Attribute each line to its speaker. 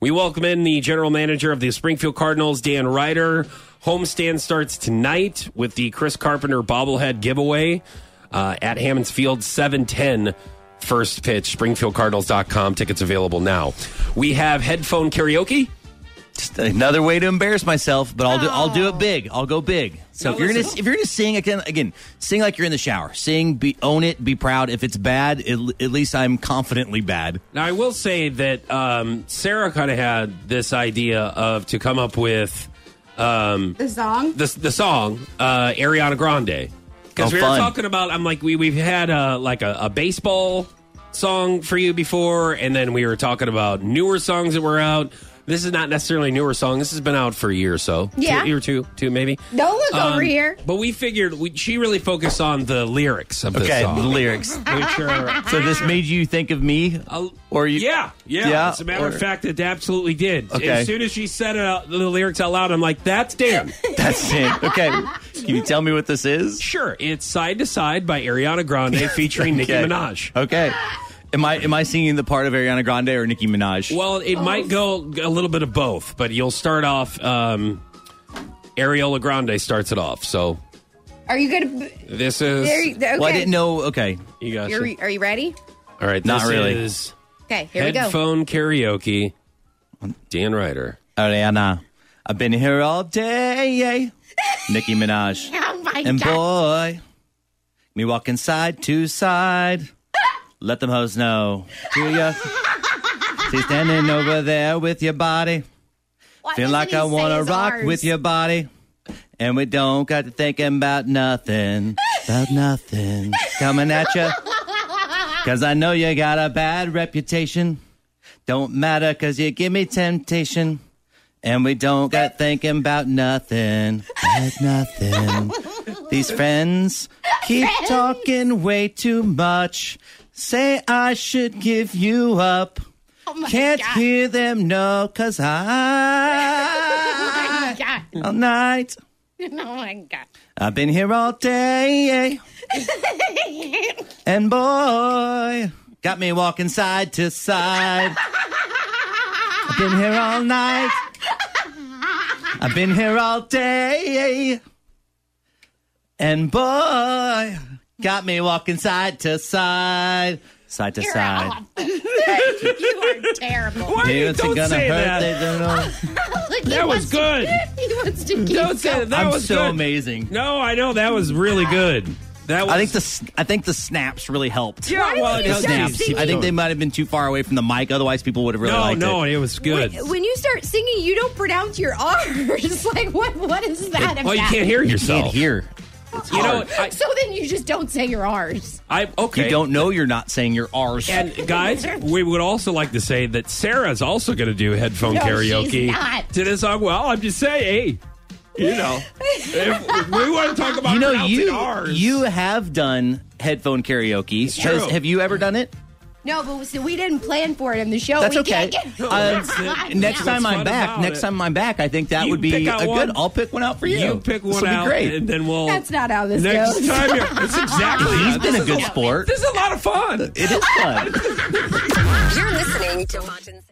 Speaker 1: We welcome in the general manager of the Springfield Cardinals, Dan Ryder. Homestand starts tonight with the Chris Carpenter bobblehead giveaway uh, at Hammonds Field, 710 first pitch, springfieldcardinals.com. Tickets available now. We have headphone karaoke.
Speaker 2: Just another way to embarrass myself, but I'll do I'll do it big. I'll go big. So
Speaker 1: No,
Speaker 2: if you're gonna
Speaker 1: listen.
Speaker 2: if you're gonna sing again again, sing like you're in the shower. Sing, be, own it, be proud. If it's bad, at l- at least I'm confidently bad.
Speaker 1: Now, I will say that um, Sarah kind of had this idea of to come up with um,
Speaker 3: The song?
Speaker 1: the, the song uh, Ariana Grande because
Speaker 2: Oh,
Speaker 1: we were
Speaker 2: fun.
Speaker 1: talking about I'm like we we've had uh like a, a baseball song for you before and then we were talking about newer songs that were out. This is not necessarily a newer song. This has been out for a year or so.
Speaker 3: Yeah.
Speaker 1: Two- year or two, two maybe.
Speaker 3: Don't look
Speaker 1: Um,
Speaker 3: over here.
Speaker 1: But we figured we, she really focused on the lyrics of the
Speaker 2: Okay, the
Speaker 1: song,
Speaker 2: lyrics.
Speaker 1: which are
Speaker 2: So this made you think of me, or you?
Speaker 1: Ah. Oh, yeah, yeah.
Speaker 2: Yeah,
Speaker 1: As a matter
Speaker 2: or-
Speaker 1: of fact, it absolutely did.
Speaker 2: Okay.
Speaker 1: As soon as she said it out, the lyrics out loud, I'm like, that's Dan.
Speaker 2: That's it. Okay, can you tell me what this is?
Speaker 1: Sure, it's Side to Side by Ariana Grande featuring Nicki
Speaker 2: Okay.
Speaker 1: Minaj.
Speaker 2: Okay, am I am I singing the part of Ariana Grande or Nicki Minaj?
Speaker 1: Well, it might go a little bit of both, but you'll start off. Um, Ariola Grande starts it off. So
Speaker 3: Are you gonna?
Speaker 1: this is
Speaker 3: There you, okay.
Speaker 2: Well, I didn't know. Okay,
Speaker 1: you guys.
Speaker 3: You're, are you ready?
Speaker 1: All right,
Speaker 2: Not
Speaker 1: this
Speaker 2: really.
Speaker 1: is
Speaker 3: Okay, here we go.
Speaker 1: headphone karaoke. Dan Ryder.
Speaker 2: Ariana, I've been here all day. Nicki Minaj.
Speaker 3: Oh my
Speaker 2: And
Speaker 3: god!
Speaker 2: boy, me walking side to side. Let them hoes know. Do ya? She's standing over there with your body.
Speaker 3: Why
Speaker 2: Feel
Speaker 3: doesn't
Speaker 2: like
Speaker 3: he
Speaker 2: I
Speaker 3: say
Speaker 2: wanna
Speaker 3: his
Speaker 2: rock
Speaker 3: R's?
Speaker 2: with your body. And we don't got to thinking about nothing. About nothing. Coming at ya. Cause I know you got a bad reputation. Don't matter cause you give me temptation. And we don't got thinking about nothing. About nothing. These friends keep talking way too much. Say I should give you up.
Speaker 3: Oh my
Speaker 2: Can't
Speaker 3: God.
Speaker 2: hear them, no, cause
Speaker 3: Oh my
Speaker 2: I
Speaker 3: god!
Speaker 2: all night.
Speaker 3: Oh my god!
Speaker 2: I've been here all day. and boy, got me walking side to side. I've been here all night. I've been here all day. And boy, got me walking side to side. Side to
Speaker 3: You're
Speaker 2: side.
Speaker 3: off. you are terrible.
Speaker 2: Parents are
Speaker 1: Don't
Speaker 2: gonna
Speaker 1: say
Speaker 2: hurt,
Speaker 1: that.
Speaker 2: they don't know.
Speaker 3: Look, he
Speaker 1: That was
Speaker 3: wants to-
Speaker 1: good.
Speaker 3: he wants to keep
Speaker 1: Don't say
Speaker 3: going.
Speaker 1: that. That
Speaker 2: I'm
Speaker 1: was
Speaker 2: so
Speaker 1: good.
Speaker 2: amazing.
Speaker 1: No, I know that was really good. That was.
Speaker 2: I think the s- I think the snaps really helped.
Speaker 1: Yeah, well,
Speaker 3: Why
Speaker 1: it
Speaker 2: The
Speaker 3: did you
Speaker 1: helps
Speaker 3: start
Speaker 1: you
Speaker 2: snaps.
Speaker 1: see-
Speaker 3: singing?
Speaker 2: I think they might have been too far away from the mic. Otherwise, people would have really
Speaker 1: No,
Speaker 2: liked
Speaker 1: no,
Speaker 2: it.
Speaker 1: it was good.
Speaker 3: When you start singing, you don't pronounce your R's. Like what? What is that?
Speaker 1: well, you
Speaker 3: about?
Speaker 1: can't hear
Speaker 2: You
Speaker 1: yourself.
Speaker 2: can't hear.
Speaker 1: You know, I,
Speaker 3: So then you just don't say your R's.
Speaker 1: I okay.
Speaker 2: You don't know you're not saying your R's.
Speaker 1: And guys, we would also like to say that Sarah's also going to do headphone
Speaker 3: No,
Speaker 1: karaoke
Speaker 3: she's not.
Speaker 1: to this song. Well, I'm just saying, hey, you know, if we want to talk about
Speaker 2: you know,
Speaker 1: pronouncing
Speaker 2: you
Speaker 1: R's,
Speaker 2: you have done headphone karaoke.
Speaker 1: true.
Speaker 2: Has- have you ever done it?
Speaker 3: No, but so we didn't plan for it in the show.
Speaker 2: That's
Speaker 3: we
Speaker 2: okay.
Speaker 3: Can't get-
Speaker 2: Uh,
Speaker 1: it. That's
Speaker 2: next time
Speaker 1: what's
Speaker 2: I'm
Speaker 1: fun
Speaker 2: back,
Speaker 1: about
Speaker 2: next
Speaker 1: it.
Speaker 2: time I'm back, I think that
Speaker 1: You
Speaker 2: would be
Speaker 1: pick
Speaker 2: a
Speaker 1: out
Speaker 2: good.
Speaker 1: one.
Speaker 2: I'll pick one out for you.
Speaker 1: you pick
Speaker 2: This
Speaker 1: one
Speaker 2: will be
Speaker 1: out,
Speaker 2: great.
Speaker 1: and then we'll.
Speaker 3: That's not how this
Speaker 1: next
Speaker 3: goes.
Speaker 1: time. You're, that's exactly.
Speaker 2: He's
Speaker 1: how-
Speaker 2: been a
Speaker 1: this is
Speaker 2: good sport.
Speaker 1: This is a lot of fun.
Speaker 2: It is fun.
Speaker 4: You're listening to Montan